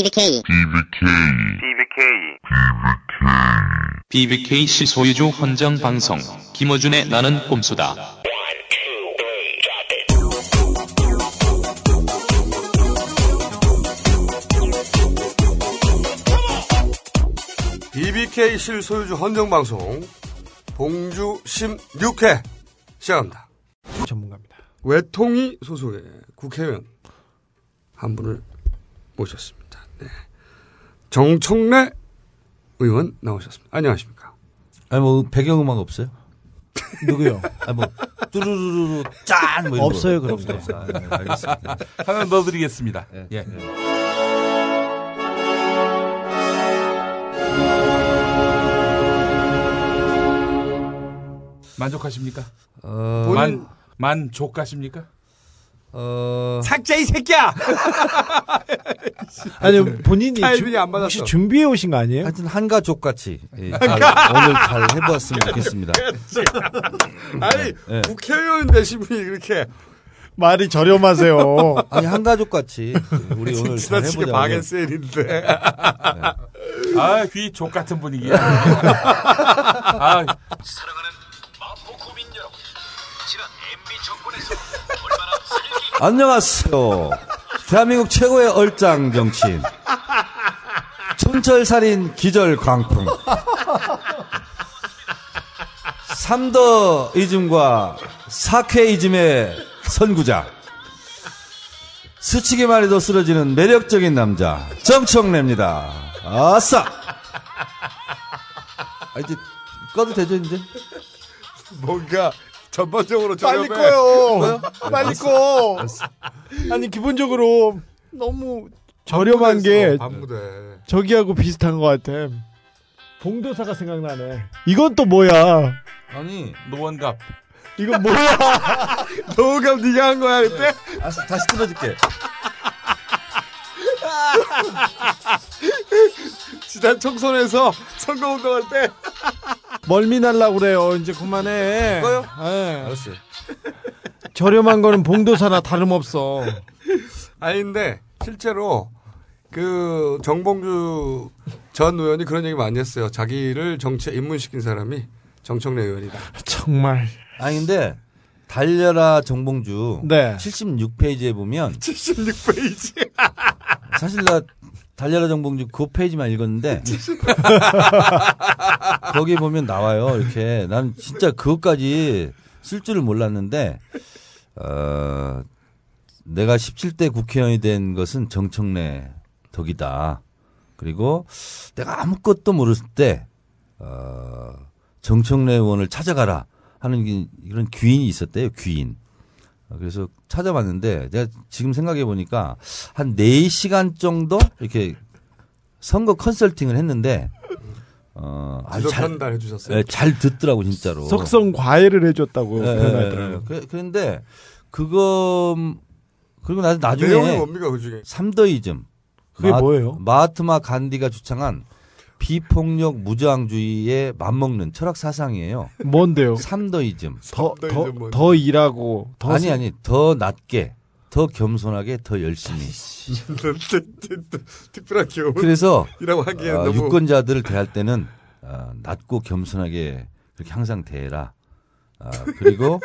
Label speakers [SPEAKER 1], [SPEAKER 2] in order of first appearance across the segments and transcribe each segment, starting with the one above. [SPEAKER 1] BBK
[SPEAKER 2] BBK
[SPEAKER 3] BBK 시 소유주 헌정 방송 김어준의 나는 꼼수다.
[SPEAKER 4] BBK 실소유주 헌정방송 봉주 16회 시작합니다.
[SPEAKER 5] 전문가입니다.
[SPEAKER 4] 외통위 소속의 국회의원 한 분을 모셨습니다. 네. 정청래 의원 나오셨습니다. 안녕하십니까.
[SPEAKER 6] 아니 뭐 배경음악 없어요?
[SPEAKER 5] 누구요?
[SPEAKER 6] 아니 뭐 뚜루루루 짠뭐
[SPEAKER 5] 없어요, 그런 거.
[SPEAKER 6] 없어요. 아, 네, 알겠습니다.
[SPEAKER 7] 화면 넣어드리겠습니다. 예. 만족하십니까?
[SPEAKER 6] 어,
[SPEAKER 4] 본인
[SPEAKER 7] 만 만족하십니까?
[SPEAKER 6] 어,
[SPEAKER 7] 삭제 이 새끼야!
[SPEAKER 5] 아니 본인이
[SPEAKER 4] 타이밍이 안 맞았어.
[SPEAKER 5] 혹시 준비해 오신 거 아니에요?
[SPEAKER 6] 하여튼 한가족 같이 예, 잘, 오늘 잘 해보았으면 좋겠습니다.
[SPEAKER 4] 아니
[SPEAKER 6] 네.
[SPEAKER 4] 국회의원 되신 분이 이렇게
[SPEAKER 5] 말이 저렴하세요.
[SPEAKER 6] 아니 한가족 같이 우리 오늘 잘
[SPEAKER 4] 지나치게
[SPEAKER 6] 해보자.
[SPEAKER 4] 망의 셀인데
[SPEAKER 7] 아, 귀 족 같은 분위기야. 아,
[SPEAKER 6] 안녕하세요. 대한민국 최고의 얼짱 정치인 촌철살인 기절 광풍 삼더이즘과 사쾌이즘의 선구자 스치기만 해도 쓰러지는 매력적인 남자 정청래입니다. 아싸. 아, 이제 꺼도 되죠 이제?
[SPEAKER 4] 뭔가 전반적으로
[SPEAKER 5] 빨리
[SPEAKER 4] 저렴해.
[SPEAKER 5] 꺼요. 빨리 꺼. 아니 기본적으로 너무 저렴한 게
[SPEAKER 4] 반무대.
[SPEAKER 5] 저기하고 비슷한 것 같아. 봉도사가 생각나네. 이건 또 뭐야?
[SPEAKER 6] 아니
[SPEAKER 7] 노원갑.
[SPEAKER 5] 이건 뭐야?
[SPEAKER 4] 너감 네가 한 거야 그때?
[SPEAKER 6] 아싸, 다시 틀어줄게.
[SPEAKER 4] 지난 총선에서 선거운동할 때
[SPEAKER 5] 멀미 날라 그래요. 이제 그만해.
[SPEAKER 6] 꺼요?
[SPEAKER 5] 예.
[SPEAKER 6] 알았어요.
[SPEAKER 5] 저렴한 거는 봉도사나 다름없어.
[SPEAKER 4] 아닌데 실제로 그 정봉주 전 의원이 그런 얘기 많이 했어요. 자기를 정치에 입문시킨 사람이 정청래 의원이다.
[SPEAKER 5] 정말.
[SPEAKER 6] 아니 근데 달려라 정봉주
[SPEAKER 5] 네.
[SPEAKER 6] 76페이지에 보면
[SPEAKER 4] 76페이지.
[SPEAKER 6] 사실 나 달려라 정봉주 그 페이지만 읽었는데 거기 보면 나와요 이렇게 난 진짜 그것까지 쓸 줄을 몰랐는데 어, 내가 17대 국회의원이 된 것은 정청래 덕이다 그리고 내가 아무것도 모르을 때 어, 정청래 의원을 찾아가라 하는 게 이런 귀인이 있었대요 귀인 어, 그래서 찾아봤는데 내가 지금 생각해 보니까 한 4시간 정도 이렇게 선거 컨설팅을 했는데 어 아주
[SPEAKER 4] 지적
[SPEAKER 6] 잘,
[SPEAKER 4] 판단 해주셨어요.
[SPEAKER 6] 예, 잘 듣더라고 진짜로.
[SPEAKER 5] 석성 과외를 해줬다고
[SPEAKER 6] 예, 예,
[SPEAKER 5] 표현하더라고요.
[SPEAKER 6] 예. 그- 그런데 그거 음, 그리고 나
[SPEAKER 4] 내용이
[SPEAKER 6] 나중에
[SPEAKER 4] 뭡니까 그 중에?
[SPEAKER 6] 삼더이즘
[SPEAKER 5] 그게 뭐예요?
[SPEAKER 6] 마하트마 간디가 주창한 비폭력 무저항주의에 맞먹는 철학 사상이에요.
[SPEAKER 5] 예. 뭔데요?
[SPEAKER 6] 삼더이즘.
[SPEAKER 5] 더,
[SPEAKER 4] 삼더이즘
[SPEAKER 5] 더,
[SPEAKER 4] 뭔데?
[SPEAKER 5] 더 일하고, 더.
[SPEAKER 6] 아니 아니 더 낮게 더 겸손하게 더
[SPEAKER 5] 아,
[SPEAKER 6] 열심히.
[SPEAKER 4] 특별한 기억이라고
[SPEAKER 6] 그래서
[SPEAKER 5] 아,
[SPEAKER 4] 하기에는
[SPEAKER 6] 어,
[SPEAKER 4] 너무
[SPEAKER 6] 유권자들을 대할 때는 어, 낮고 겸손하게 그렇게 항상 대해라. 어, 그리고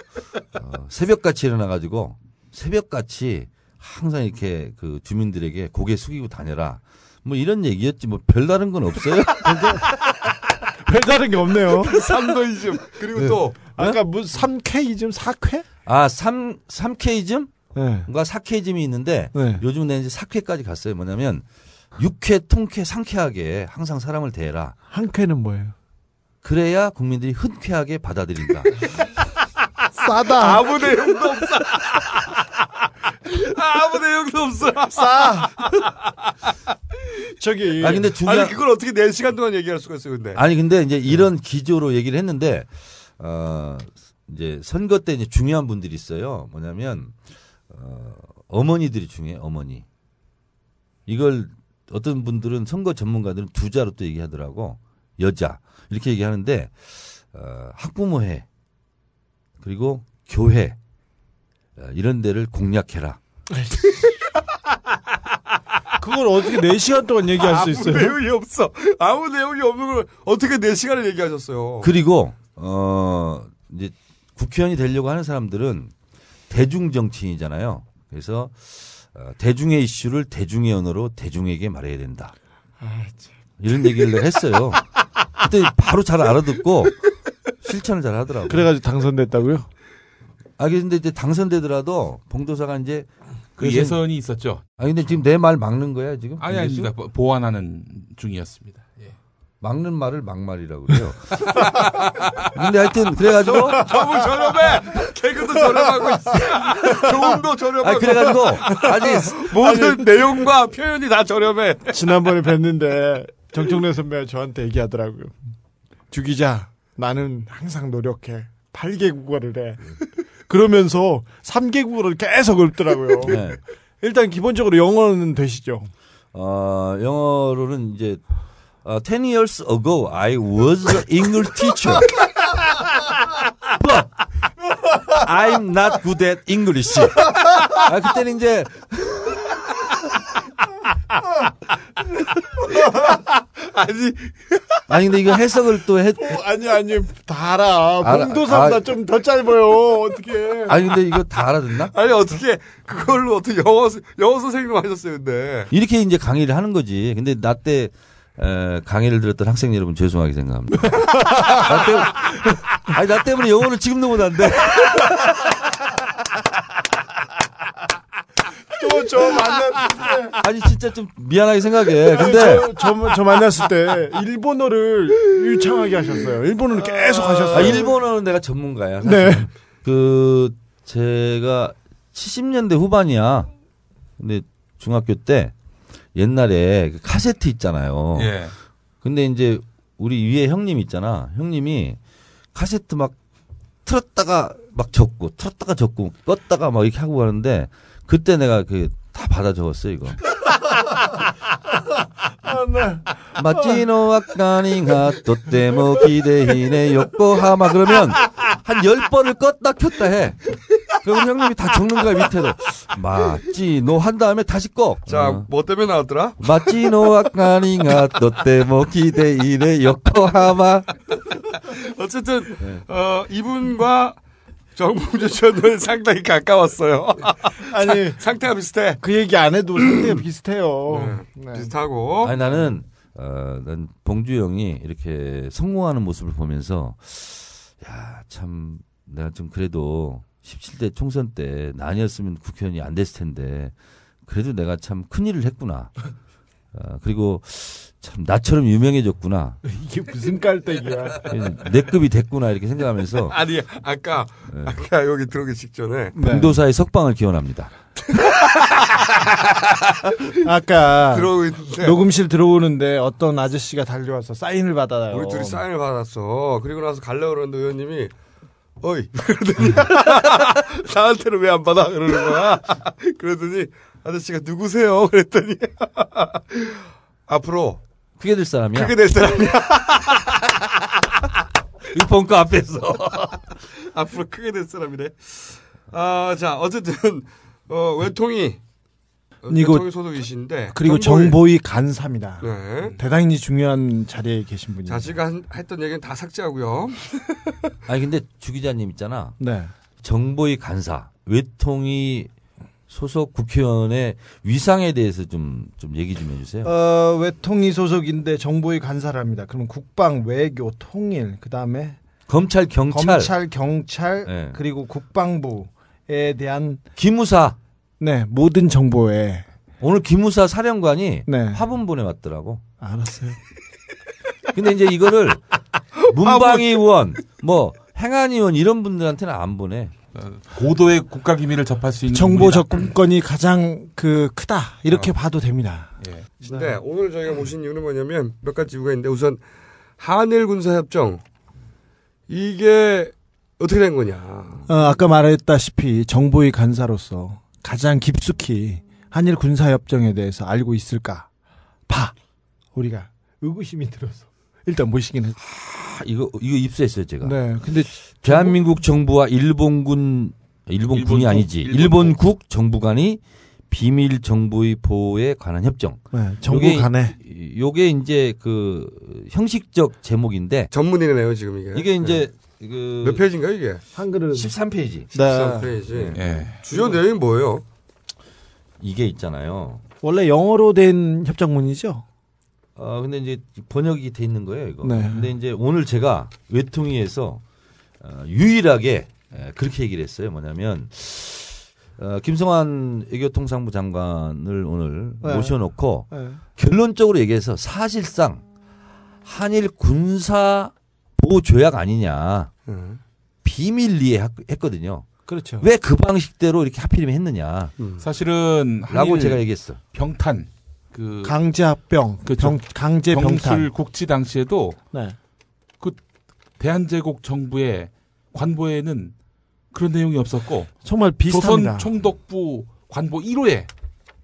[SPEAKER 6] 어, 새벽같이 일어나가지고 새벽같이 항상 이렇게 그 주민들에게 고개 숙이고 다녀라. 뭐 이런 얘기였지 뭐 별다른 건 없어요.
[SPEAKER 5] 별다른 게 없네요.
[SPEAKER 4] 삼도이즘 그리고
[SPEAKER 6] 네.
[SPEAKER 4] 또
[SPEAKER 5] 아까 뭐 3K이즘 4K?
[SPEAKER 6] 아, 삼삼케이즘
[SPEAKER 5] 네.
[SPEAKER 6] 뭔가 사케이즘이 있는데
[SPEAKER 5] 네.
[SPEAKER 6] 요즘 내는 이제 사케까지 갔어요. 뭐냐면 육회, 통쾌, 상쾌하게 항상 사람을 대해라.
[SPEAKER 5] 한 쾌는 뭐예요?
[SPEAKER 6] 그래야 국민들이 흔쾌하게 받아들인다.
[SPEAKER 5] 싸다.
[SPEAKER 4] 아무 내용도 없어. 아무 내용도 없어.
[SPEAKER 5] 싸. 저기.
[SPEAKER 6] 아 근데 중요한
[SPEAKER 4] 아니 그걸 어떻게 4 시간 동안 얘기할 수가 있어요 근데?
[SPEAKER 6] 아니 근데 이제 이런 기조로 얘기를 했는데 어 이제 선거 때 이제 중요한 분들이 있어요. 뭐냐면 어 어머니들이 중요해. 어머니. 이걸 어떤 분들은 선거 전문가들은 두 자로 또 얘기하더라고. 여자. 이렇게 얘기하는데 어 학부모회 그리고 교회 어, 이런 데를 공략해라.
[SPEAKER 5] 그걸 어떻게 4시간 동안 얘기할 수
[SPEAKER 4] 아무
[SPEAKER 5] 있어요?
[SPEAKER 4] 내용이 없어. 아무 내용이 없는 걸 어떻게 4시간을 얘기하셨어요.
[SPEAKER 6] 그리고 어 이제 국회의원이 되려고 하는 사람들은 대중 정치인이잖아요. 그래서 어, 대중의 이슈를 대중의 언어로 대중에게 말해야 된다. 이런 얘기를 내가 했어요. 그때 바로 잘 알아듣고 실천을 잘 하더라고요.
[SPEAKER 5] 그래가지고 당선됐다고요?
[SPEAKER 6] 아 근데 이제 당선되더라도 봉도사가 이제
[SPEAKER 7] 그
[SPEAKER 6] 예선-
[SPEAKER 7] 예선이 있었죠.
[SPEAKER 6] 아 근데 지금 내 말 막는 거야 지금?
[SPEAKER 7] 아니
[SPEAKER 6] 김교수?
[SPEAKER 7] 아닙니다. 보- 보완하는 중이었습니다. 예.
[SPEAKER 6] 막는 말을 막말이라고 그래요. 근데 하여튼 그래가지고
[SPEAKER 4] 너무 저렴해! 개그도 저렴하고 있어. 조음도 저렴하고.
[SPEAKER 6] 아 그래가지고 아직
[SPEAKER 4] 모든 내용과 표현이 다 저렴해.
[SPEAKER 5] 지난번에 뵀는데 정청래 선배가 저한테 얘기하더라고요. 주 기자, 나는 항상 노력해. 8개국어를 해. 그러면서 3개국어를 계속 읊더라고요.
[SPEAKER 6] 네.
[SPEAKER 5] 일단 기본적으로 영어는 되시죠.
[SPEAKER 6] 어, 영어로는 이제 어, 10 years ago I was an English teacher. But I'm not good at English. 아, 그때는 이제
[SPEAKER 5] 아니,
[SPEAKER 6] 아니 근데 이거 해석을 또 했.
[SPEAKER 5] 아니, 아니, 다 알아.
[SPEAKER 6] 알아.
[SPEAKER 5] 봉도사보다
[SPEAKER 6] 아.
[SPEAKER 5] 좀 더 짧아요. 어떻게.
[SPEAKER 6] 아니 근데 이거 다 알아듣나?
[SPEAKER 4] 아니, 어떻게, 그걸로 어떻게 영어, 영어 선생님 하셨어요, 근데.
[SPEAKER 6] 이렇게 이제 강의를 하는 거지. 근데 나 때 강의를 들었던 학생 여러분 죄송하게 생각합니다. 나 때문에, 아니 나 때문에 영어를 지금도 못한데.
[SPEAKER 5] 또 저 만났을 때.
[SPEAKER 6] 아니 진짜 좀 미안하게 생각해. 근데
[SPEAKER 5] 저, 저, 저 만났을 때 일본어를 유창하게 하셨어요. 일본어를 계속 하셨어요.
[SPEAKER 6] 아, 일본어는 내가 전문가야. 사실.
[SPEAKER 5] 네.
[SPEAKER 6] 그 제가 70년대 후반이야. 근데 중학교 때 옛날에 그 카세트
[SPEAKER 5] 어.
[SPEAKER 6] 있잖아요.
[SPEAKER 7] 예.
[SPEAKER 6] 근데 이제 우리 위에 형님 있잖아. 형님이 카세트 막 틀었다가 막 적고 틀었다가 적고 껐다가 막 이렇게 하고 가는데 그때 내가 그 다 받아 적었어 이거. 마치노 아까니가 또때모 기대히네 요코하마 그러면 한 열번을 껐다 켰다 해. 그럼 형님이 다 적는 거야 밑에도. 마치노 한 다음에 다시 꺼.
[SPEAKER 4] 자,
[SPEAKER 6] 어.
[SPEAKER 4] 뭐 때문에 나왔더라?
[SPEAKER 6] 街の明かりがとても綺麗で横浜。
[SPEAKER 4] 어쨌든,
[SPEAKER 6] 네.
[SPEAKER 4] 어, 이분과 정봉주 씨는 상당히 가까웠어요.
[SPEAKER 5] 아니,
[SPEAKER 4] 상태가 비슷해.
[SPEAKER 5] 그 얘기 안 해도 상태가 비슷해요. 네.
[SPEAKER 4] 비슷하고.
[SPEAKER 6] 아니 나는 어, 난 봉주 형이 이렇게 성공하는 모습을 보면서 야 참 내가 좀 그래도 17대 총선 때 나뉘었으면 국회의원이 안 됐을 텐데 그래도 내가 참 큰일을 했구나. 어, 그리고 참 나처럼 유명해졌구나.
[SPEAKER 5] 이게 무슨
[SPEAKER 6] 네.
[SPEAKER 5] 깔때기야.
[SPEAKER 6] 내 급이 됐구나 이렇게 생각하면서
[SPEAKER 4] 아니, 아까,
[SPEAKER 6] 네.
[SPEAKER 4] 아까 여기 들어오기 직전에.
[SPEAKER 5] 네.
[SPEAKER 6] 봉도사의 석방을 기원합니다.
[SPEAKER 5] 아까
[SPEAKER 4] 들어오고 있는데.
[SPEAKER 5] 녹음실 들어오는데 어떤 아저씨가 달려와서 사인을 받아요.
[SPEAKER 4] 우리 둘이 사인을 받았어. 그리고 나서 갈라 그러는데 의원님이 어이 그러더니 나한테는 왜 안 받아 그러는 거야. 그러더니 아저씨가 누구세요? 그랬더니 앞으로
[SPEAKER 6] 크게 될 사람이야.
[SPEAKER 4] 크게 될 사람이야.
[SPEAKER 6] 이 벙커 앞에서.
[SPEAKER 4] 앞으로 크게 될 사람이래. 아자 어쨌든 어, 외통이 어,
[SPEAKER 5] 이거-
[SPEAKER 4] 외통이 소속이신데
[SPEAKER 5] 그리고 정보위 간사입니다.
[SPEAKER 4] 네.
[SPEAKER 5] 대단히 중요한 자리에 계신 분이.
[SPEAKER 4] 자식이 한- 했던 얘기는 다 삭제하고요.
[SPEAKER 6] 아니 근데 주 기자님 있잖아.
[SPEAKER 5] 네.
[SPEAKER 6] 정보위 간사 외통위 소속 국회의원의 위상에 대해서 좀, 좀 얘기 좀 해주세요.
[SPEAKER 5] 어, 외통위 소속인데 정보위 간사랍니다. 그럼 국방, 외교, 통일, 그 다음에
[SPEAKER 6] 검찰, 경찰,
[SPEAKER 5] 검찰, 경찰,
[SPEAKER 6] 네.
[SPEAKER 5] 그리고 국방부에 대한
[SPEAKER 6] 기무사.
[SPEAKER 5] 네 모든 정보에
[SPEAKER 6] 오늘 기무사 사령관이
[SPEAKER 5] 네.
[SPEAKER 6] 화분 보내왔더라고.
[SPEAKER 5] 알았어요.
[SPEAKER 6] 근데 이제 이거를 문방위 의원, 뭐 행안 의원 이런 분들한테는 안 보내.
[SPEAKER 7] 고도의 국가 기밀을 접할 수 있는
[SPEAKER 5] 정보
[SPEAKER 7] 분이다.
[SPEAKER 5] 접근권이 가장 그 크다 이렇게 봐도 됩니다.
[SPEAKER 7] 예.
[SPEAKER 4] 네, 오늘 저희가 모신 이유는 뭐냐면 몇 가지 이유가 있는데 우선 한일 군사 협정 이게 어떻게 된 거냐?
[SPEAKER 5] 어, 아까 말했다시피 정보위 간사로서 가장 깊숙이 한일 군사협정에 대해서 알고 있을까 봐 우리가 의구심이 들어서 일단 모시긴 했죠.
[SPEAKER 6] 아, 이거 이거 입수했어요 제가.
[SPEAKER 5] 네, 근데
[SPEAKER 6] 대한민국 정부와 일본군 일본군이
[SPEAKER 7] 일본군,
[SPEAKER 6] 아니지
[SPEAKER 7] 일본군.
[SPEAKER 6] 일본국 정부 간이 비밀 정보의 보호에 관한 협정.
[SPEAKER 5] 네, 정부
[SPEAKER 6] 요게-
[SPEAKER 5] 간에
[SPEAKER 6] 요게 이제 그 형식적 제목인데
[SPEAKER 4] 전문이네요 지금 이게.
[SPEAKER 6] 이게 이제
[SPEAKER 4] 네. 몇
[SPEAKER 6] 그
[SPEAKER 4] 페이지인가요 이게?
[SPEAKER 5] 한글은
[SPEAKER 6] 13페이지.
[SPEAKER 4] 아,
[SPEAKER 5] 네.
[SPEAKER 4] 13페이지.
[SPEAKER 7] 예.
[SPEAKER 4] 주요 내용이 뭐예요?
[SPEAKER 6] 이게 있잖아요.
[SPEAKER 5] 원래 영어로 된 협정문이죠.
[SPEAKER 6] 아 근데 이제 번역이 돼 있는 거예요 이거.
[SPEAKER 5] 네.
[SPEAKER 6] 근데 이제 오늘 제가 외통위에서 어, 유일하게 에, 그렇게 얘기를 했어요. 뭐냐면 어, 김성환 외교통상부 장관을 오늘
[SPEAKER 5] 네.
[SPEAKER 6] 모셔놓고
[SPEAKER 5] 네.
[SPEAKER 6] 결론적으로 얘기해서 사실상 한일 군사 보호 조약 아니냐
[SPEAKER 4] 음.
[SPEAKER 6] 비밀리에 했- 했거든요.
[SPEAKER 5] 그렇죠.
[SPEAKER 6] 왜 그 방식대로 이렇게 하필이면 했느냐라고
[SPEAKER 7] 사실은 한일
[SPEAKER 6] 제가 얘기했어.
[SPEAKER 7] 병탄 그
[SPEAKER 5] 강제합병,
[SPEAKER 7] 그렇죠.
[SPEAKER 5] 병- 강제 병탄.
[SPEAKER 7] 병술 국치 당시에도
[SPEAKER 5] 네.
[SPEAKER 7] 대한제국 정부의 관보에는 그런 내용이 없었고
[SPEAKER 5] 정말 비슷합니다.
[SPEAKER 7] 조선 총독부 관보 1호에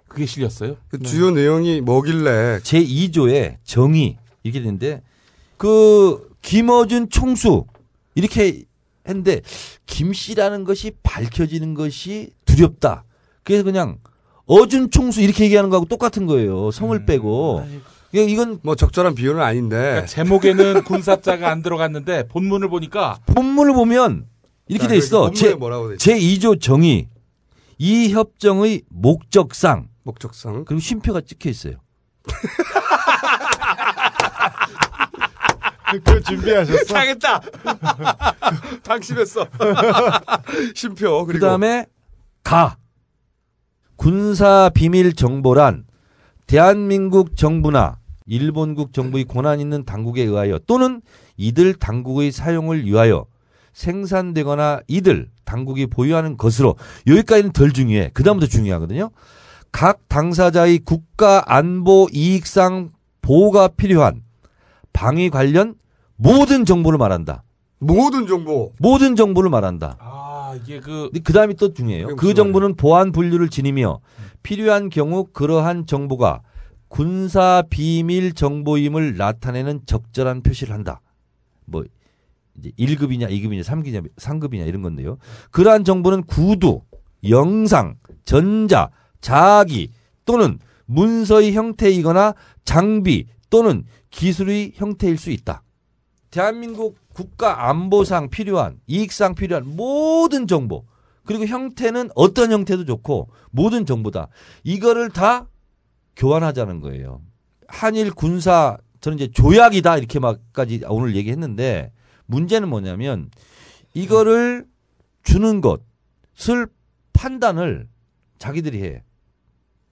[SPEAKER 7] 그게 실렸어요.
[SPEAKER 4] 그 주요 내용이 뭐길래
[SPEAKER 6] 제 2조의 정의 이렇게 되는데 그 김어준 총수 이렇게 했는데 김 씨라는 것이 밝혀지는 것이 두렵다. 그래서 그냥 어준 총수 이렇게 얘기하는 거하고 똑같은 거예요. 성을
[SPEAKER 4] 음. 아,
[SPEAKER 6] 빼고 이거- 이건
[SPEAKER 4] 뭐 적절한 비유는 아닌데
[SPEAKER 6] 예.
[SPEAKER 7] 그러니까 제목에는 군사자가 안 들어갔는데 본문을 보니까
[SPEAKER 6] 본문을 보면 이렇게 돼 있어.
[SPEAKER 4] 제
[SPEAKER 6] 제,
[SPEAKER 4] 그러니까 뭐라고 돼 있어?
[SPEAKER 6] 제 2조 정의 이 협정의 목적상
[SPEAKER 4] 목적상
[SPEAKER 6] 그리고 쉼표가 찍혀 있어요.
[SPEAKER 5] 그거 준비하셨어?
[SPEAKER 4] 당했다. 당심했어. 심표 그리고
[SPEAKER 6] 그다음에 가 군사 비밀 정보란 대한민국 정부나 일본국 정부의 권한 있는 당국에 의하여 또는 이들 당국의 사용을 위하여 생산되거나 이들 당국이 보유하는 것으로 여기까지는 덜 중요해. 그다음부터 중요하거든요. 각 당사자의 국가 안보 이익상 보호가 필요한 방위 관련 모든 정보를 말한다.
[SPEAKER 4] 모든 정보
[SPEAKER 6] 모든 정보를 말한다.
[SPEAKER 7] 아 이게 그
[SPEAKER 6] 근데 그 다음이 또 중요해요.
[SPEAKER 4] 그게
[SPEAKER 6] 그
[SPEAKER 4] 무슨
[SPEAKER 6] 정부는 보안 분류를 지니며 필요한 경우 그러한 정보가 군사 비밀 정보임을 나타내는 적절한 표시를 한다. 뭐 이제 1급이냐, 2급이냐, 3급이냐, 3급이냐 이런 건데요. 그러한 정보는 구두, 영상, 전자, 자기 또는 문서의 형태이거나 장비 또는 기술의 형태일 수 있다. 대한민국 국가 안보상 필요한 이익상 필요한 모든 정보 그리고 형태는 어떤 형태도 좋고 모든 정보다 이거를 다 교환하자는 거예요. 한일 군사 저는 이제 조약이다 이렇게 막까지 오늘 얘기했는데 문제는 뭐냐면 이거를 주는 것을 판단을 자기들이 해.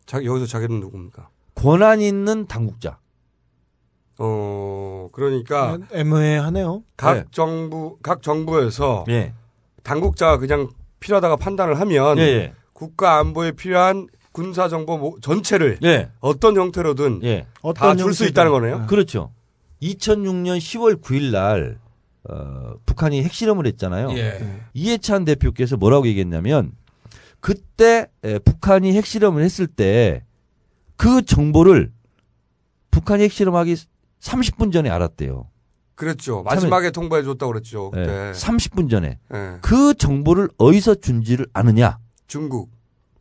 [SPEAKER 4] 자, 여기서 자기는 누굽니까?
[SPEAKER 6] 권한 있는 당국자.
[SPEAKER 4] 어 그러니까
[SPEAKER 5] 아. 애매하네요.
[SPEAKER 4] 각
[SPEAKER 6] 네.
[SPEAKER 4] 정부 각 정부에서
[SPEAKER 6] 예.
[SPEAKER 4] 당국자가 그냥 필요하다가 판단을 하면
[SPEAKER 6] 예. 예.
[SPEAKER 4] 국가 안보에 필요한 군사 정보 모- 전체를
[SPEAKER 6] 예.
[SPEAKER 4] 어떤 형태로든
[SPEAKER 6] 예.
[SPEAKER 4] 다 줄 수
[SPEAKER 5] 형태든.
[SPEAKER 4] 있다는 거네요.
[SPEAKER 6] 그렇죠. 2006년 10월 9일 날 어, 북한이 핵실험을 했잖아요.
[SPEAKER 7] 예.
[SPEAKER 6] 이해찬 대표께서 뭐라고 얘기했냐면 그때 에, 북한이 핵실험을 했을 때 그 정보를 북한이 핵실험하기 30분 전에 알았대요.
[SPEAKER 4] 그랬죠. 마지막에 통보해 줬다고 그랬죠.
[SPEAKER 6] 예,
[SPEAKER 4] 그때
[SPEAKER 6] 30분 전에
[SPEAKER 4] 예.
[SPEAKER 6] 그 정보를 어디서 준지를 아느냐?
[SPEAKER 4] 중국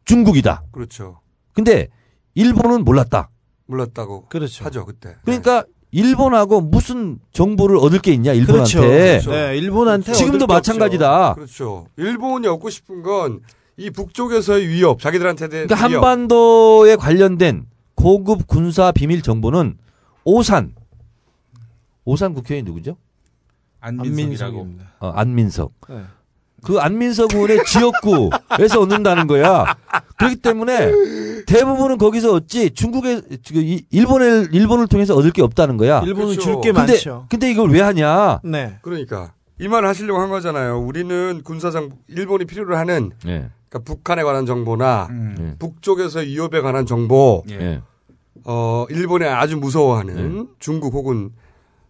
[SPEAKER 6] 중국이다.
[SPEAKER 4] 그렇죠.
[SPEAKER 6] 근데 일본은 몰랐다.
[SPEAKER 4] 몰랐다고
[SPEAKER 5] 그렇죠.
[SPEAKER 4] 하죠 그때. 예.
[SPEAKER 6] 그러니까
[SPEAKER 5] 네.
[SPEAKER 6] 일본하고 무슨 정보를 얻을 게 있냐 일본한테.
[SPEAKER 5] 그렇죠. 그렇죠. 네, 일본한테
[SPEAKER 6] 지금도
[SPEAKER 5] 얻을 게 없죠.
[SPEAKER 6] 마찬가지다.
[SPEAKER 4] 그렇죠. 일본이 얻고 싶은 건 이 북쪽에서의 위협, 자기들한테 대한
[SPEAKER 6] 그러니까
[SPEAKER 4] 위협.
[SPEAKER 6] 한반도에 관련된 고급 군사 비밀 정보는 오산 오산 국회의원 누구죠?
[SPEAKER 7] 안민석이라고.
[SPEAKER 5] 안민석입니다.
[SPEAKER 6] 어, 안민석.
[SPEAKER 5] 네.
[SPEAKER 6] 그 안민석 의원의 지역구에서 얻는다는 거야. 그렇기 때문에 대부분은 거기서 얻지 중국에 지금 이- 일본을 일본을 통해서 얻을 게 없다는 거야.
[SPEAKER 5] 일본은
[SPEAKER 4] 그렇죠.
[SPEAKER 5] 줄 게
[SPEAKER 6] 아, 근데
[SPEAKER 5] 많죠.
[SPEAKER 6] 근데 이걸 왜 하냐?
[SPEAKER 5] 네.
[SPEAKER 4] 그러니까 이 말 하시려고 한 거잖아요. 우리는 군사장 일본이 필요로 하는
[SPEAKER 6] 예.
[SPEAKER 4] 그러니까 북한에 관한 정보나
[SPEAKER 7] 음.
[SPEAKER 4] 북쪽에서 의 위협에 관한 정보,
[SPEAKER 7] 예.
[SPEAKER 6] 예.
[SPEAKER 4] 어 일본에 아주 무서워하는
[SPEAKER 6] 네.
[SPEAKER 4] 중국 혹은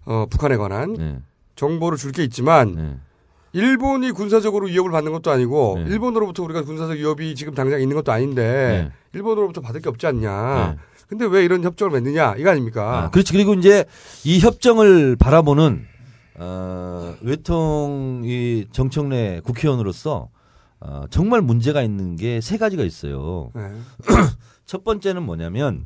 [SPEAKER 4] 어 북한에 관한
[SPEAKER 6] 예.
[SPEAKER 4] 정보를 줄 게 있지만
[SPEAKER 6] 예.
[SPEAKER 4] 일본이 군사적으로 위협을 받는 것도 아니고
[SPEAKER 6] 네.
[SPEAKER 4] 일본으로부터 우리가 군사적 위협이 지금 당장 있는 것도 아닌데
[SPEAKER 6] 네.
[SPEAKER 4] 일본으로부터 받을 게 없지 않냐.
[SPEAKER 6] 네.
[SPEAKER 4] 근데 왜 이런 협정을 맺느냐 이거 아닙니까?
[SPEAKER 6] 아, 그렇지. 그리고 이제 이 협정을 바라보는 어, 외통 이 정청래 국회의원으로서 어, 정말 문제가 있는 게 세 가지가 있어요.
[SPEAKER 4] 네.
[SPEAKER 6] 첫 번째는 뭐냐면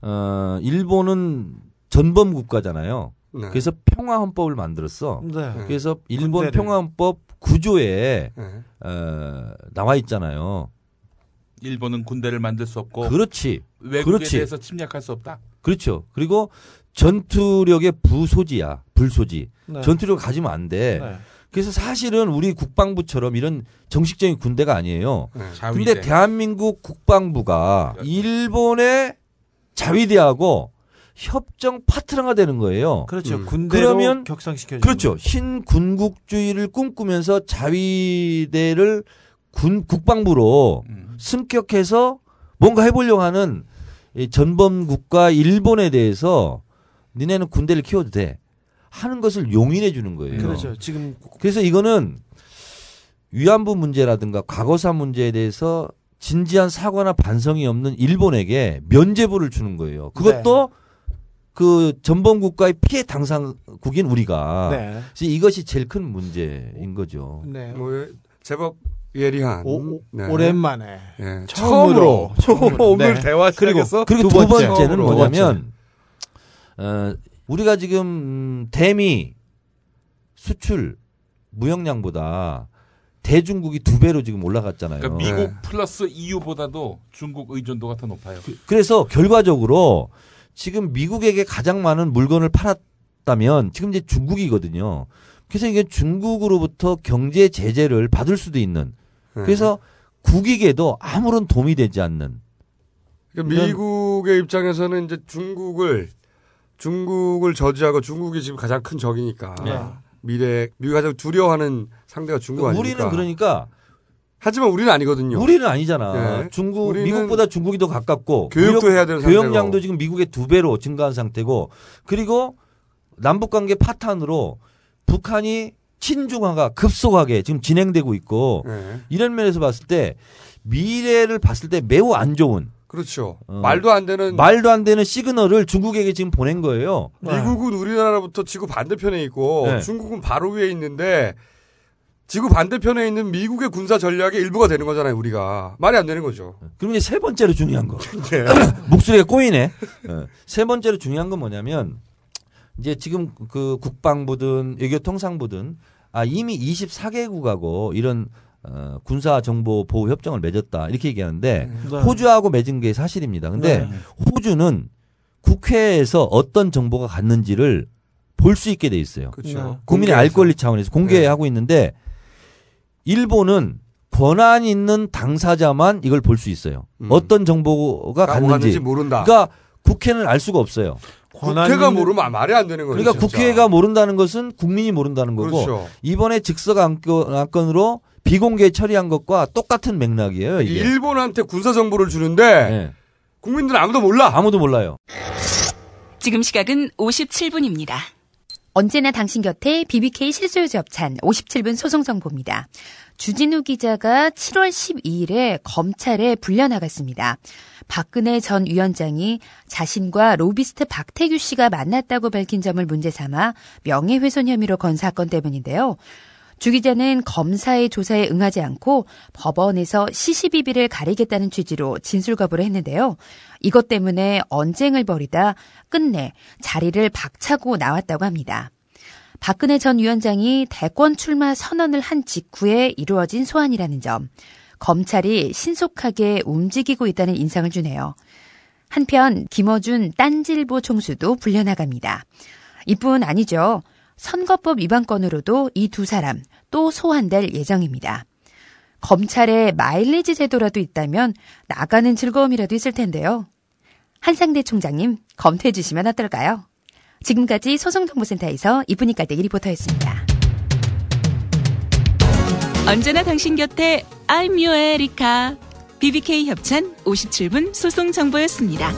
[SPEAKER 6] 어, 일본은 전범 국가잖아요.
[SPEAKER 4] 네.
[SPEAKER 6] 그래서 평화 헌법을 만들었어.
[SPEAKER 4] 네.
[SPEAKER 6] 그래서 일본
[SPEAKER 5] 군대를.
[SPEAKER 6] 평화 헌법 9조에
[SPEAKER 4] 네.
[SPEAKER 6] 어, 나와 있잖아요.
[SPEAKER 7] 일본은 군대를 만들 수
[SPEAKER 4] 뭐.
[SPEAKER 7] 없고
[SPEAKER 6] 그렇지.
[SPEAKER 7] 외국에
[SPEAKER 6] 그렇지.
[SPEAKER 7] 대해서 침략할 수 없다.
[SPEAKER 6] 그렇죠. 그리고 전투력의 부소지야. 불소지.
[SPEAKER 5] 네.
[SPEAKER 6] 전투력 가지면 안 돼.
[SPEAKER 5] 네.
[SPEAKER 6] 그래서 사실은 우리 국방부처럼 이런 정식적인 군대가 아니에요.
[SPEAKER 4] 네.
[SPEAKER 7] 자위대.
[SPEAKER 6] 근데 대한민국 국방부가
[SPEAKER 7] 그렇죠.
[SPEAKER 6] 일본의 자위대하고 협정 파트너가 되는 거예요.
[SPEAKER 5] 그렇죠.
[SPEAKER 4] 음.
[SPEAKER 5] 군대로
[SPEAKER 6] 그러면-
[SPEAKER 5] 격상시켜
[SPEAKER 6] 그렇죠. 신군국주의를 꿈꾸면서 자위대를 군 국방부로
[SPEAKER 7] 음.
[SPEAKER 6] 승격해서 뭔가 해보려고 하는 이 전범국가 일본에 대해서 니네는 군대를 키워도 돼 하는 것을 용인해 주는 거예요.
[SPEAKER 5] 그렇죠. 지금
[SPEAKER 6] 래서 이거는 위안부 문제라든가 과거사 문제에 대해서 진지한 사과나 반성이 없는 일본에게 면제부를 주는 거예요. 그것도
[SPEAKER 5] 네.
[SPEAKER 6] 그 전범국가의 피해 당사국인 우리가
[SPEAKER 5] 네.
[SPEAKER 6] 그래서 이것이 제일 큰 문제인 거죠.
[SPEAKER 5] 네.
[SPEAKER 4] 뭐 제법 예리한
[SPEAKER 5] 오, 오-
[SPEAKER 4] 네.
[SPEAKER 5] 오랜만에
[SPEAKER 4] 예.
[SPEAKER 5] 처음으로.
[SPEAKER 4] 처음으로,
[SPEAKER 5] 처음으로.
[SPEAKER 4] 오늘
[SPEAKER 5] 네.
[SPEAKER 4] 대화
[SPEAKER 6] 그리고
[SPEAKER 4] 시작해서
[SPEAKER 6] 그리고
[SPEAKER 5] 두
[SPEAKER 6] 두
[SPEAKER 5] 번째.
[SPEAKER 6] 번째는
[SPEAKER 4] 처음으로.
[SPEAKER 6] 뭐냐면 어, 우리가 지금 음, 대미 수출 무역량보다 대중국이 두 배로 지금 올라갔잖아요.
[SPEAKER 7] 그러니까
[SPEAKER 4] 미-
[SPEAKER 7] 미국
[SPEAKER 4] 네.
[SPEAKER 7] 플러스 EU보다도 중국 의존도가 더 높아요.
[SPEAKER 6] 그래서 결과적으로 지금 미국에게 가장 많은 물건을 팔았다면 지금 이제 중국이거든요. 그래서 이게 중국으로부터 경제 제재를 받을 수도 있는
[SPEAKER 4] 네.
[SPEAKER 6] 그래서 국익에도 아무런 도움이 되지 않는
[SPEAKER 4] 그러니까 미국의 입장에서는 이제 중국을 중국을 저지하고 중국이 지금 가장 큰 적이니까
[SPEAKER 6] 네.
[SPEAKER 4] 미래 미국이 가장 두려워하는 상대가 중국 아닙니까?
[SPEAKER 6] 우리는 그러니까
[SPEAKER 4] 하지만 우리는 아니거든요.
[SPEAKER 6] 우리는 아니잖아.
[SPEAKER 4] 네.
[SPEAKER 6] 중국
[SPEAKER 4] 우리는
[SPEAKER 6] 미국보다 중국이 더 가깝고
[SPEAKER 4] 교육도 해야 되는
[SPEAKER 6] 교역량도
[SPEAKER 4] 상대고.
[SPEAKER 6] 지금 미국의 두 배로 증가한 상태고 그리고 남북 관계 파탄으로 북한이 친중화가 급속하게 지금 진행되고 있고
[SPEAKER 4] 예.
[SPEAKER 6] 이런 면에서 봤을 때 미래를 봤을 때 매우 안 좋은
[SPEAKER 4] 그렇죠.
[SPEAKER 6] 어.
[SPEAKER 4] 말도 안 되는
[SPEAKER 6] 말도 안 되는 시그널을 중국에게 지금 보낸 거예요.
[SPEAKER 4] 미국은 우리나라로부터 지구 반대편에 있고
[SPEAKER 6] 네.
[SPEAKER 4] 중국은 바로 위에 있는데 지구 반대편에 있는 미국의 군사 전략의 일부가 되는 거잖아요, 우리가. 말이 안 되는 거죠.
[SPEAKER 6] 그럼 이제 세 번째로 중요한 거. 목소리가 꼬이네. 어, 세 번째로 중요한 건 뭐냐면 이제 지금 그 국방부든 외교통상부든 아 이미 24개국하고 이런 어, 군사 정보 보호 협정을 맺었다 이렇게 얘기하는데 네. 호주하고 맺은 게 사실입니다. 근데
[SPEAKER 5] 네.
[SPEAKER 6] 호주는 국회에서 어떤 정보가 갔는지를 볼 수 있게 돼 있어요.
[SPEAKER 4] 그렇죠. 네.
[SPEAKER 6] 국민의 알 권리 차원에서 공개하고 있는데 일본은 권한 있는 당사자만 이걸 볼 수 있어요.
[SPEAKER 4] 음.
[SPEAKER 6] 어떤 정보가
[SPEAKER 4] 갔는지,
[SPEAKER 6] 갔는지.
[SPEAKER 4] 모른다.
[SPEAKER 6] 그러니까 국회는 알 수가 없어요.
[SPEAKER 5] 권한
[SPEAKER 4] 국회가
[SPEAKER 5] 있는-
[SPEAKER 4] 모르면 아, 말이 안 되는 거예요.
[SPEAKER 6] 그러니까
[SPEAKER 4] 그렇죠, 진짜.
[SPEAKER 6] 국회가 모른다는 것은 국민이 모른다는 거고
[SPEAKER 4] 그렇죠.
[SPEAKER 6] 이번에 즉석 안건, 안건으로 비공개 처리한 것과 똑같은 맥락이에요. 그러니까 이게.
[SPEAKER 4] 일본한테 군사 정보를 주는데
[SPEAKER 6] 예.
[SPEAKER 4] 국민들은 아무도 몰라.
[SPEAKER 6] 아무도 몰라요.
[SPEAKER 1] 지금 시각은 57분입니다.
[SPEAKER 8] 언제나 당신 곁에 BBK 실소유주 협찬 57분 소송 정보입니다. 주진우 기자가 7월 12일에 검찰에 불려나갔습니다. 박근혜 전 위원장이 자신과 로비스트 박태규 씨가 만났다고 밝힌 점을 문제 삼아 명예훼손 혐의로 건 사건 때문인데요. 주 기자는 검사의 조사에 응하지 않고 법원에서 시시비비를 가리겠다는 취지로 진술 거부를 했는데요. 이것 때문에 언쟁을 벌이다 끝내 자리를 박차고 나왔다고 합니다. 박근혜 전 위원장이 대권 출마 선언을 한 직후에 이루어진 소환이라는 점, 검찰이 신속하게 움직이고 있다는 인상을 주네요. 한편 김어준 딴질보 총수도 불려나갑니다. 이뿐 아니죠. 선거법 위반건으로도 이 두 사람 또 소환될 예정입니다. 검찰에 마일리지 제도라도 있다면 나가는 즐거움이라도 있을 텐데요. 한상대 총장님 검토해 주시면 어떨까요? 지금까지 소송정보센터에서 이분이 깔대기 리포터였습니다.
[SPEAKER 1] 언제나 당신 곁에 I'm your Erica. BBK 협찬 57분 소송 정보였습니다.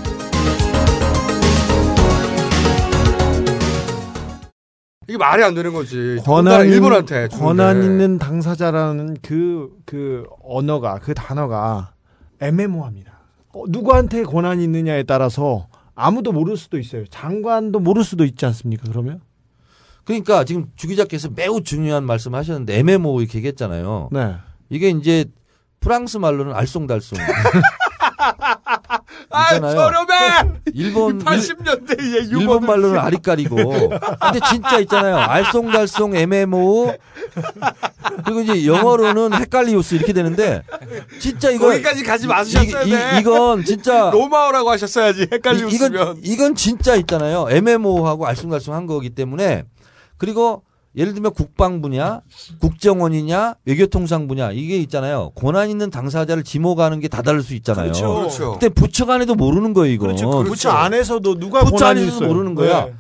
[SPEAKER 4] 이게 말이 안 되는 거지.
[SPEAKER 5] 권한
[SPEAKER 4] 우리나라 일본한테 주는데.
[SPEAKER 5] 권한 있는 당사자라는 그 그 언어가 그 단어가 애매모호합니다. 어, 누구한테 권한이 있느냐에 따라서 아무도 모를 수도 있어요. 장관도 모를 수도 있지 않습니까? 그러면
[SPEAKER 6] 그러니까 지금 주 기자께서 매우 중요한 말씀하셨는데 애매모호 이렇게 얘기했잖아요.
[SPEAKER 5] 네,
[SPEAKER 6] 이게 이제 프랑스 말로는 알쏭달쏭.
[SPEAKER 4] 아
[SPEAKER 6] 있잖아요.
[SPEAKER 4] 저렴해.
[SPEAKER 6] 일본
[SPEAKER 4] 80년대 의 유머.
[SPEAKER 6] 일본 말로는 아리까리고. 근데 진짜 있잖아요. 알쏭달쏭 MMO. 그리고 이제 영어로는 헷갈리우스 이렇게 되는데 진짜 이거
[SPEAKER 4] 거기까지 가지 마셨어야
[SPEAKER 6] 이- 이-
[SPEAKER 4] 돼.
[SPEAKER 6] 이건 진짜
[SPEAKER 4] 로마어라고 하셨어야지.
[SPEAKER 6] 이-
[SPEAKER 4] 헷갈리면.
[SPEAKER 6] 이건 이건 진짜 있잖아요. MMO하고 알쏭달쏭한 거기 때문에 그리고 예를 들면 국방 분야, 국정원이냐, 외교통상 분야 이게 있잖아요. 권한 있는 당사자를 지목하는 게 다 다를 수 있잖아요.
[SPEAKER 4] 그렇죠.
[SPEAKER 6] 그때 부처 간에도 모르는 거예요, 이거.
[SPEAKER 5] 그렇죠. 부처 안에서도 누가
[SPEAKER 6] 부처
[SPEAKER 5] 권한이
[SPEAKER 6] 안에서도
[SPEAKER 5] 있어요.
[SPEAKER 6] 모르는 거야.
[SPEAKER 5] 네.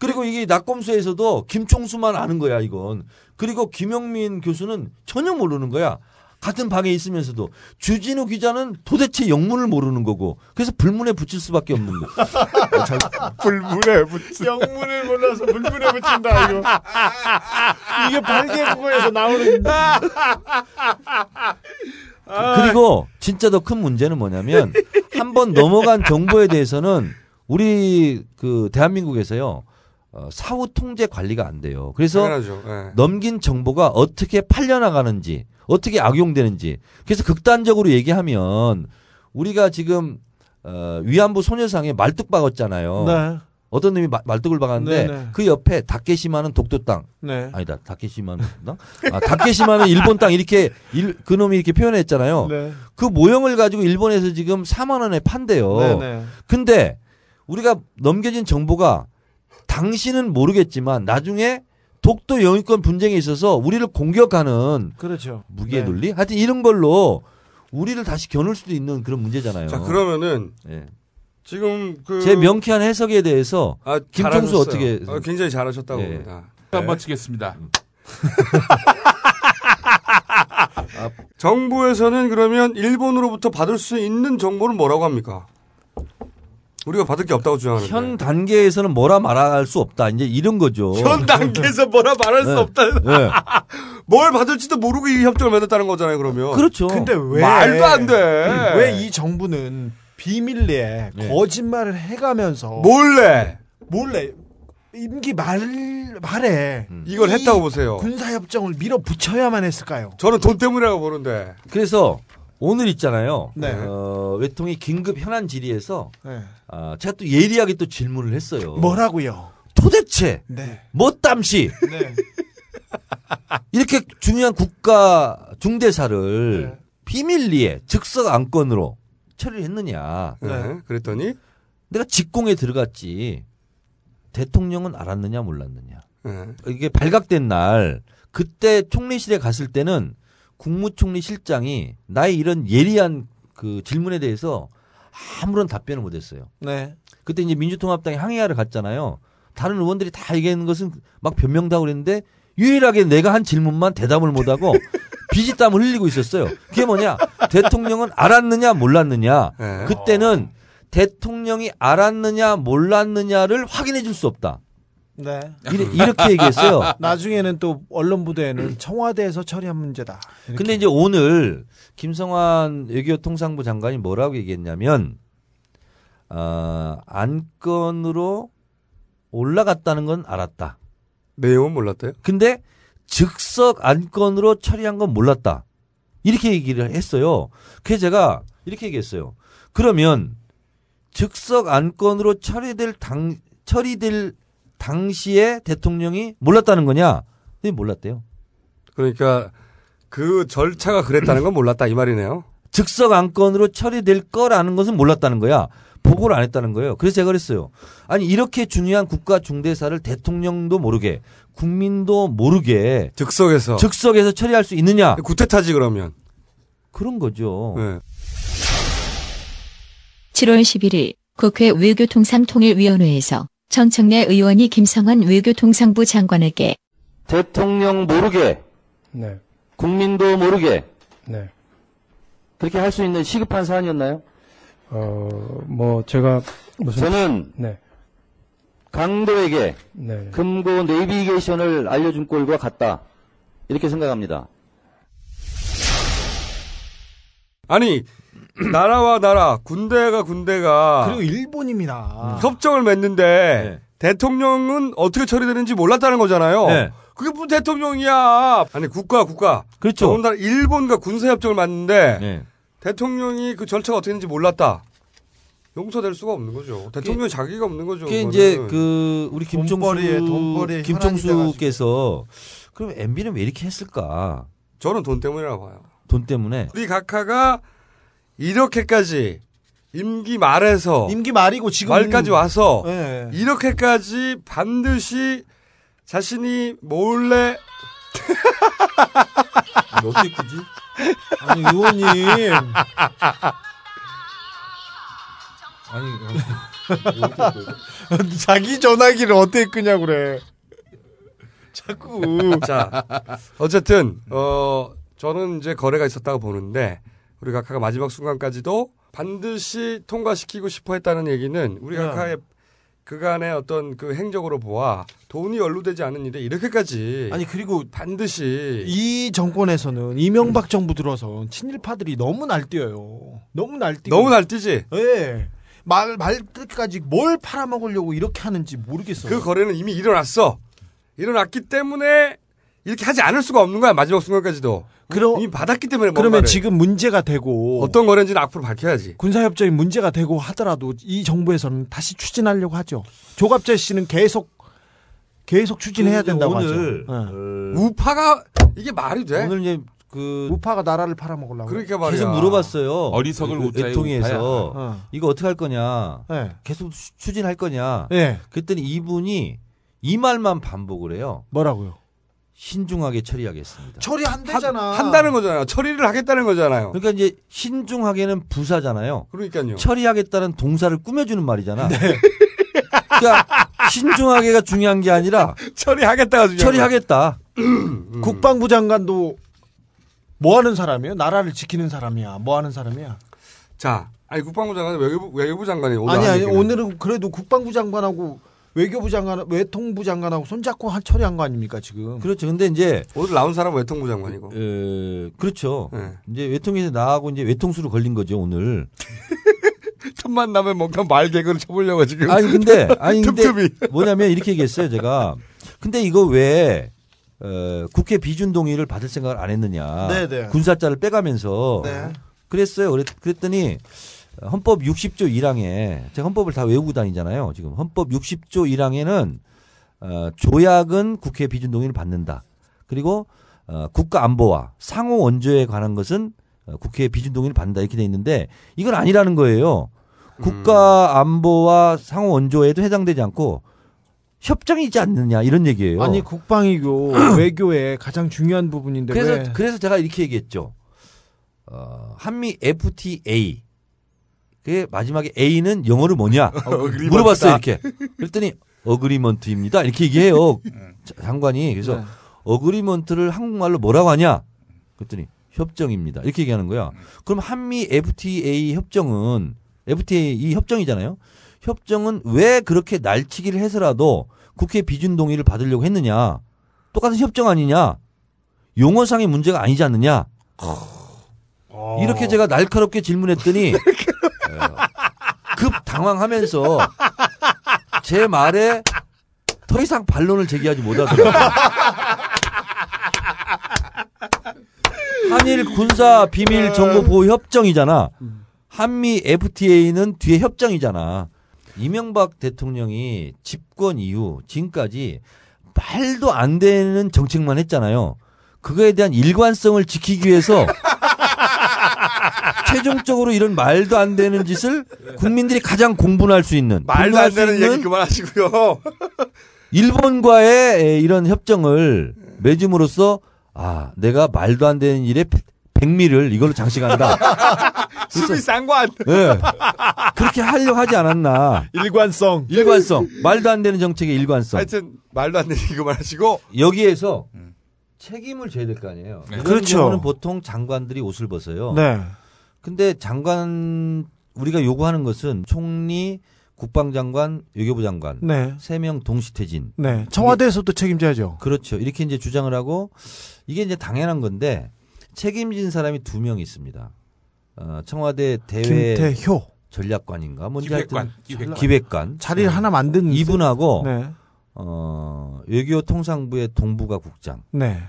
[SPEAKER 6] 그리고 이게 낙검수에서도 김총수만 아는 거야, 이건. 그리고 김영민 교수는 전혀 모르는 거야. 같은 방에 있으면서도 주진우 기자는 도대체 영문을 모르는 거고 그래서 불문에 붙일 수밖에 없는 거.
[SPEAKER 5] 불문에 붙인 영문을 몰라서 불문에 붙인다 이거. 이게 발개국어에서 나오는 아.
[SPEAKER 6] 그리고 진짜 더 큰 문제는 뭐냐면 한 번 넘어간 정보에 대해서는 우리 그 대한민국에서요 어, 사후 통제 관리가 안 돼요. 그래서
[SPEAKER 4] 당연하죠. 예.
[SPEAKER 6] 넘긴 정보가 어떻게 팔려나가는지 어떻게 악용되는지 그래서 극단적으로 얘기하면 우리가 지금 어, 위안부 소녀상에 말뚝 박았잖아요.
[SPEAKER 5] 네.
[SPEAKER 6] 어떤 놈이 마- 말뚝을 박았는데
[SPEAKER 5] 네네.
[SPEAKER 6] 그 옆에 다케시마는 독도 땅
[SPEAKER 5] 네.
[SPEAKER 6] 아니다 다케시마는 독도 땅 아, 다케시마는 일본 땅 이렇게 일- 그 놈이 이렇게 표현했잖아요.
[SPEAKER 5] 네.
[SPEAKER 6] 그 모형을 가지고 일본에서 지금 4만 원에 판대요.
[SPEAKER 5] 네. 네.
[SPEAKER 6] 근데 우리가 넘겨진 정보가 당신은 모르겠지만 나중에 독도 영유권 분쟁에 있어서 우리를 공격하는
[SPEAKER 5] 그렇죠.
[SPEAKER 6] 무기의
[SPEAKER 5] 네.
[SPEAKER 6] 논리? 하여튼 이런 걸로 우리를 다시 겨눌 수도 있는 그런 문제잖아요.
[SPEAKER 4] 자 그러면은
[SPEAKER 6] 예.
[SPEAKER 4] 지금 그
[SPEAKER 6] 제 명쾌한 해석에 대해서
[SPEAKER 4] 아,
[SPEAKER 6] 김총수
[SPEAKER 4] 잘하셨어요.
[SPEAKER 6] 어떻게-
[SPEAKER 4] 어, 굉장히 잘하셨다고
[SPEAKER 6] 예.
[SPEAKER 4] 봅니다.
[SPEAKER 7] 일단 마치겠습니다.
[SPEAKER 6] 음.
[SPEAKER 4] 정부에서는 그러면 일본으로부터 받을 수 있는 정보는 뭐라고 합니까? 우리가 받을 게 없다고 주장하는데.
[SPEAKER 6] 현 단계에서는 뭐라 말할 수 없다. 이제 이런 거죠.
[SPEAKER 4] 현 단계에서 뭐라 말할 수
[SPEAKER 6] 어. 네.
[SPEAKER 4] 없다.
[SPEAKER 6] 예.
[SPEAKER 4] 뭘 받을지도 모르고 이 협정을 맺었다는 거잖아요, 그러면.
[SPEAKER 6] 그렇죠.
[SPEAKER 5] 근데 왜 음,
[SPEAKER 4] 말도 안 돼.
[SPEAKER 5] 왜 이 정부는 비밀리에
[SPEAKER 6] 네.
[SPEAKER 5] 거짓말을 해가면서
[SPEAKER 4] 몰래
[SPEAKER 5] 몰래 임기 말 말에
[SPEAKER 4] 이걸
[SPEAKER 5] 이
[SPEAKER 4] 했다고 보세요.
[SPEAKER 5] 군사협정을 밀어붙여야만 했을까요?
[SPEAKER 4] 저는 돈 때문이라고 보는데.
[SPEAKER 6] 그래서 오늘 있잖아요.
[SPEAKER 5] 네.
[SPEAKER 6] 어, 외통이 긴급 현안 질의에서
[SPEAKER 5] 네.
[SPEAKER 6] 아, 제가 또 예리하게 또 질문을 했어요.
[SPEAKER 5] 뭐라고요?
[SPEAKER 6] 도대체
[SPEAKER 5] 네.
[SPEAKER 6] 뭐 땀시
[SPEAKER 5] 네.
[SPEAKER 6] 이렇게 중요한 국가 중대사를 비밀리에 즉석 안건으로 처리를 했느냐.
[SPEAKER 4] 네. 그랬더니
[SPEAKER 6] 내가 직공에 들어갔지. 대통령은 알았느냐 몰랐느냐.
[SPEAKER 4] 네.
[SPEAKER 6] 이게 발각된 날 그때 총리실에 갔을 때는 국무총리 실장이 나의 이런 예리한 그 질문에 대해서 아무런 답변을 못했어요.
[SPEAKER 5] 네.
[SPEAKER 6] 그때 이제 민주통합당이 항의하러 갔잖아요. 다른 의원들이 다 얘기하는 것은 막 변명다 그랬는데 유일하게 내가 한 질문만 대답을 못하고 비지땀을 흘리고 있었어요. 그게 뭐냐? 대통령은 알았느냐 몰랐느냐?
[SPEAKER 4] 네.
[SPEAKER 6] 그때는 대통령이 알았느냐 몰랐느냐를 확인해 줄 수 없다.
[SPEAKER 5] 네.
[SPEAKER 6] 이렇 게 얘기했어요.
[SPEAKER 5] 나중에는 또 언론
[SPEAKER 4] 음.
[SPEAKER 5] 부대에는 청와대에서 처리한 문제다. 이렇게.
[SPEAKER 6] 근데 이제 오늘 김성환 외교통상부 장관이 뭐라고 얘기했냐면 어, 안건으로 올라갔다는 건 알았다.
[SPEAKER 4] 내용은 몰랐대요.
[SPEAKER 6] 근데 즉석 안건으로 처리한 건 몰랐다. 이렇게 얘기를 했어요. 그래서 제가 이렇게 얘기했어요. 그러면 즉석 안건으로 처리될 당 처리될 당시에 대통령이 몰랐다는 거냐? 네, 몰랐대요.
[SPEAKER 4] 그러니까 그 절차가 그랬다는 건 몰랐다 이 말이네요.
[SPEAKER 6] 즉석 안건으로 처리될 거라는 것은 몰랐다는 거야. 보고를 안 했다는 거예요. 그래서 제가 그랬어요. 아니 이렇게 중요한 국가 중대사를 대통령도 모르게 국민도 모르게
[SPEAKER 4] 즉석에서
[SPEAKER 6] 즉석에서 처리할 수 있느냐?
[SPEAKER 4] 구태타지 그러면.
[SPEAKER 6] 그런 거죠.
[SPEAKER 4] 네.
[SPEAKER 9] 7월 11일 국회 외교통상통일위원회에서 정청래 의원이 김성환 외교통상부 장관에게
[SPEAKER 10] 대통령 모르게
[SPEAKER 11] 네,
[SPEAKER 10] 국민도 모르게
[SPEAKER 11] 네.
[SPEAKER 10] 그렇게 할 수 있는 시급한 사안이었나요?
[SPEAKER 11] 어, 뭐 제가 무슨
[SPEAKER 10] 저는
[SPEAKER 11] 네,
[SPEAKER 10] 강도에게
[SPEAKER 11] 네.
[SPEAKER 10] 금고 내비게이션을 알려준 꼴과 같다 이렇게 생각합니다.
[SPEAKER 4] 아니 나라와 나라 군대가 군대가
[SPEAKER 5] 아. 그리고
[SPEAKER 4] 음.
[SPEAKER 5] 일본입니다.
[SPEAKER 6] 아.
[SPEAKER 5] 아.
[SPEAKER 4] 협정을 맺는데 대통령은 어떻게 처리되는지 몰랐다는 거잖아요.
[SPEAKER 6] 네.
[SPEAKER 4] 그게 무슨 대통령이야. 아니 국가 국가.
[SPEAKER 6] 그렇죠.
[SPEAKER 4] 더군다나 일본과 군사협정을 맺는데
[SPEAKER 6] 네.
[SPEAKER 4] 대통령이 그 절차가 어떻게 되는지 몰랐다. 용서될 수가 없는 거죠. 대통령 이 자기가 없는 거죠.
[SPEAKER 6] 그 그게
[SPEAKER 4] 그거는.
[SPEAKER 6] 이제 그 우리 김종수
[SPEAKER 12] 돈벌이에, 돈벌이에
[SPEAKER 6] 김종수께서 그럼 MB는 왜 이렇게 했을까?
[SPEAKER 4] 저는 돈 때문이라고 봐요.
[SPEAKER 6] 돈 때문에
[SPEAKER 4] 우리 각하가 이렇게까지 임기 말에서
[SPEAKER 12] 임기 말이고 지금
[SPEAKER 4] 말까지 와서
[SPEAKER 6] 네.
[SPEAKER 5] 네.
[SPEAKER 12] 예.
[SPEAKER 4] 이렇게까지 반드시 자신이 몰래
[SPEAKER 6] 어떻게 굳이?
[SPEAKER 5] 아니 의원님.
[SPEAKER 6] 아니
[SPEAKER 5] 자기 전화기를 어떻게 끄냐 그래. 자꾸.
[SPEAKER 4] 자 어쨌든 어 저는 이제 거래가 있었다고 보는데 우리 각하가 마지막 순간까지도 반드시 통과시키고 싶어 했다는 얘기는 우리
[SPEAKER 12] 네.
[SPEAKER 4] 각하의 그간의 어떤 그 행적으로 보아 돈이 연루되지 않은 일에 이렇게까지
[SPEAKER 5] 아니,
[SPEAKER 6] 그리고
[SPEAKER 4] 반드시
[SPEAKER 5] 이 정권에서는 이명박 정부 들어서 친일파들이 너무 날뛰어요. 너무 날뛰고.
[SPEAKER 4] 너무 날뛰지
[SPEAKER 5] 예. 말, 말 끝까지 뭘 팔아먹으려고 이렇게 하는지 모르겠어요.
[SPEAKER 4] 그 거래는 이미 일어났어 일어났기 때문에 이렇게 하지 않을 수가 없는 거야 마지막 순간까지도
[SPEAKER 6] 어?
[SPEAKER 5] 그러-
[SPEAKER 4] 이미 받았기 때문에
[SPEAKER 5] 그러면
[SPEAKER 4] 뭔가를.
[SPEAKER 5] 지금 문제가 되고
[SPEAKER 4] 어떤 거래인지는 앞으로 밝혀야지.
[SPEAKER 5] 군사협정이 문제가 되고 하더라도 이 정부에서는 다시 추진하려고 하죠. 조갑재 씨는 계속 계속 추진해야
[SPEAKER 4] 그
[SPEAKER 6] 근데
[SPEAKER 5] 된다고
[SPEAKER 6] 그러니까 오늘, 어, 네?
[SPEAKER 5] 하죠. 예.
[SPEAKER 4] 우파가 이게 말이 돼?
[SPEAKER 6] 그 오늘 이제 그
[SPEAKER 5] 우파가 나라를 팔아먹으려고.
[SPEAKER 4] 그러니까 말이야.
[SPEAKER 6] 계속 물어봤어요.
[SPEAKER 7] 어리석을
[SPEAKER 6] 그
[SPEAKER 7] 웃자요,
[SPEAKER 6] 대통령에서
[SPEAKER 5] 웃자야. 어.
[SPEAKER 6] 이거 어떻게 할 거냐?
[SPEAKER 5] 네.
[SPEAKER 6] 계속 추- 추진할 거냐?
[SPEAKER 5] 네.
[SPEAKER 6] 그랬더니 이분이 이 말만 반복을 해요.
[SPEAKER 5] 뭐라고요?
[SPEAKER 6] 신중하게 처리하겠습니다.
[SPEAKER 5] 처리 안 되잖아.
[SPEAKER 4] 한다는 거잖아요. 처리를 하겠다는 거잖아요.
[SPEAKER 6] 그러니까 이제 신중하게는 부사잖아요.
[SPEAKER 4] 그러니까요.
[SPEAKER 6] 처리하겠다는 동사를 꾸며주는 말이잖아.
[SPEAKER 4] 네.
[SPEAKER 6] 그러니까 신중하게가 중요한 게 아니라
[SPEAKER 4] 처리하겠다가 중요한
[SPEAKER 6] 처리하겠다.
[SPEAKER 5] 음. 국방부 장관도 뭐 하는 사람이에요? 나라를 지키는 사람이야. 뭐 하는 사람이야?
[SPEAKER 4] 자, 아니 국방부 장관이 외교부, 외교부 장관이 오늘
[SPEAKER 5] 아니
[SPEAKER 4] 한
[SPEAKER 5] 아니
[SPEAKER 4] 얘기는
[SPEAKER 5] 오늘은 그래도 국방부 장관하고 외교부 장관, 외통부 장관하고 손잡고 한 처리한 거 아닙니까 지금?
[SPEAKER 6] 그렇죠. 근데 이제
[SPEAKER 4] 오늘 나온 사람은 외통부 장관이고.
[SPEAKER 6] 예. 에, 그렇죠.
[SPEAKER 4] 네.
[SPEAKER 6] 이제 외통에서 나하고 이제 외통수로 걸린 거죠 오늘.
[SPEAKER 4] 첫 만남에 뭔가 말 개그를 쳐보려고 지금.
[SPEAKER 6] 아니 근데 아니 근데
[SPEAKER 4] 틈틈이.
[SPEAKER 6] 뭐냐면 이렇게 얘기했어요 제가. 근데 이거 왜 어, 국회 비준 동의를 받을 생각을 안 했느냐.
[SPEAKER 5] 네네.
[SPEAKER 6] 군사자를 빼가면서
[SPEAKER 5] 네.
[SPEAKER 6] 그랬어요. 그랬, 더니 헌법 60조 1항에 제가 헌법을 다 외우고 다니잖아요. 지금 헌법 60조 1항에는 어, 조약은 국회 비준 동의를 받는다. 그리고 어, 국가 안보와 상호 원조에 관한 것은 어, 국회 비준 동의를 받는다 이렇게 돼 있는데 이건 아니라는 거예요.
[SPEAKER 5] 음.
[SPEAKER 6] 국가 안보와 상호 원조에도 해당되지 않고 협정이 있지 않느냐 이런 얘기예요.
[SPEAKER 5] 네. 아니 국방이고 외교의 가장 중요한 부분인데
[SPEAKER 6] 그래서
[SPEAKER 5] 왜?
[SPEAKER 6] 그래서 제가 이렇게 얘기했죠. 어, 한미 FTA 그 마지막에 A는 영어로 뭐냐
[SPEAKER 4] 어그리먼트다.
[SPEAKER 6] 물어봤어요 이렇게. 그랬더니 어그리먼트입니다 이렇게 얘기해요 자- 장관이 그래서
[SPEAKER 5] 네.
[SPEAKER 6] 어그리먼트를 한국말로 뭐라고 하냐 그랬더니 협정입니다 이렇게 얘기하는 거야. 그럼 한미 FTA 협정은 FTA 이 협정이잖아요. 협정은 왜 그렇게 날치기를 해서라도 국회 비준 동의를 받으려고 했느냐? 똑같은 협정 아니냐? 용어상의 문제가 아니지 않느냐? 이렇게 제가 어. 날카롭게 질문했더니 어, 급 당황하면서 제 말에 더 이상 반론을 제기하지 못하더라고요. 한일 군사 비밀 정보 보호 협정이잖아. 한미 FTA는 뒤에 협정이잖아. 이명박 대통령이 집권 이후 지금까지 말도 안 되는 정책만 했잖아요. 그거에 대한 일관성을 지키기 위해서 최종적으로 이런 말도 안 되는 짓을 국민들이 가장 공분할 수 있는
[SPEAKER 4] 말도
[SPEAKER 6] 분노할
[SPEAKER 4] 안
[SPEAKER 6] 수
[SPEAKER 4] 되는
[SPEAKER 6] 있는
[SPEAKER 4] 얘기 그만하시고요.
[SPEAKER 6] 일본과의 이런 협정을 맺음으로써 아 내가 말도 안 되는 일에 백미를 이걸로 장식한다.
[SPEAKER 4] 수비 상관.
[SPEAKER 6] 예. 그렇게 하려 하지 않았나.
[SPEAKER 5] 일관성.
[SPEAKER 6] 일관성. 말도 안 되는 정책의 일관성.
[SPEAKER 4] 하여튼 음. 말도 안 되는 얘기 그만하시고.
[SPEAKER 6] 여기에서 책임을 져야 될 거 아니에요.
[SPEAKER 4] 네.
[SPEAKER 6] 이런
[SPEAKER 5] 그렇죠.
[SPEAKER 6] 경우는 보통 장관들이 옷을 벗어요.
[SPEAKER 5] 네.
[SPEAKER 6] 근데 장관 우리가 요구하는 것은 총리, 국방장관, 외교부 장관
[SPEAKER 5] 네.
[SPEAKER 6] 세 명 동시 퇴진.
[SPEAKER 5] 네. 청와대에서도 책임져야죠.
[SPEAKER 6] 그렇죠. 이렇게 이제 주장을 하고 이게 이제 당연한 건데 책임진 사람이 두 명 있습니다. 어, 청와대 대외
[SPEAKER 5] 김태효
[SPEAKER 6] 전략관인가 뭔지
[SPEAKER 7] 기획관,
[SPEAKER 6] 하여튼
[SPEAKER 7] 기획관.
[SPEAKER 6] 기획관
[SPEAKER 5] 자리를 하나 만든
[SPEAKER 6] 이분하고
[SPEAKER 5] 네.
[SPEAKER 6] 어, 외교통상부의 동부가 국장.
[SPEAKER 5] 네.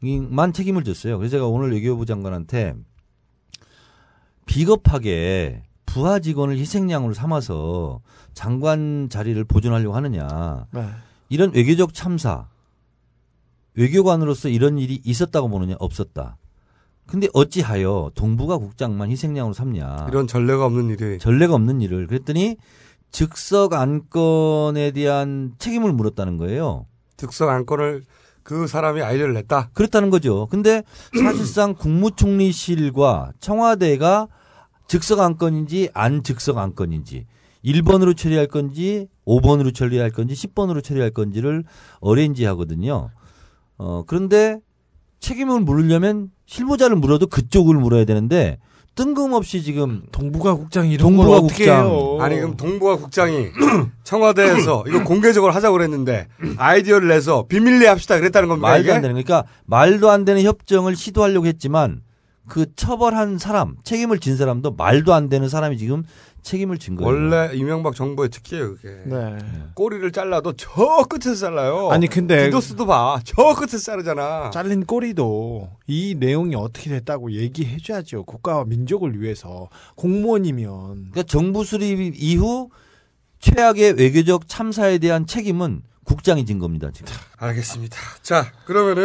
[SPEAKER 6] 만 책임을 졌어요. 그래서 제가 오늘 외교부 장관한테 비겁하게 부하 직원을 희생양으로 삼아서 장관 자리를 보존하려고 하느냐.
[SPEAKER 5] 네.
[SPEAKER 6] 이런 외교적 참사, 외교관으로서 이런 일이 있었다고 보느냐, 없었다. 근데 어찌하여 동부가 국장만 희생양으로 삼냐.
[SPEAKER 4] 이런 전례가 없는 일이.
[SPEAKER 6] 전례가 없는 일을. 그랬더니 즉석 안건에 대한 책임을 물었다는 거예요.
[SPEAKER 4] 즉석 안건을 그 사람이 아이디어를 냈다.
[SPEAKER 6] 그렇다는 거죠. 근데 사실상 국무총리실과 청와대가 즉석 안건인지 안 즉석 안건인지 1번으로 처리할 건지 5번으로 처리할 건지 10번으로 처리할 건지를 어레인지 하거든요. 어, 그런데 책임을 물으려면 실무자를 물어도 그쪽을 물어야 되는데 뜬금없이 지금
[SPEAKER 5] 동부가 국장 이런
[SPEAKER 6] 동부가
[SPEAKER 5] 걸 어떻게
[SPEAKER 6] 국장
[SPEAKER 5] 해요?
[SPEAKER 4] 아니 그럼 동부가 국장이 청와대에서 이거 공개적으로 하자고 그랬는데 아이디어를 내서 비밀리 합시다 그랬다는 겁니까?
[SPEAKER 6] 말도
[SPEAKER 4] 이게?
[SPEAKER 6] 안 되는 거니까 말도 안 되는 협정을 시도하려고 했지만 그 처벌한 사람 책임을 진 사람도 말도 안 되는 사람이 지금 책임을 진 거예요.
[SPEAKER 4] 원래 이명박 정부의 특기예요 그게.
[SPEAKER 5] 네.
[SPEAKER 4] 꼬리를 잘라도 저 끝에서 잘라요.
[SPEAKER 5] 아니 근데
[SPEAKER 4] 디도스도 봐. 저 끝에서 자르잖아.
[SPEAKER 5] 잘린 꼬리도 이 내용이 어떻게 됐다고 얘기해 줘야죠. 국가와 민족을 위해서 공무원이면
[SPEAKER 6] 그러니까 정부 수립 이후 최악의 외교적 참사에 대한 책임은 국장이 진 겁니다 지금.
[SPEAKER 4] 알겠습니다. 자, 그러면은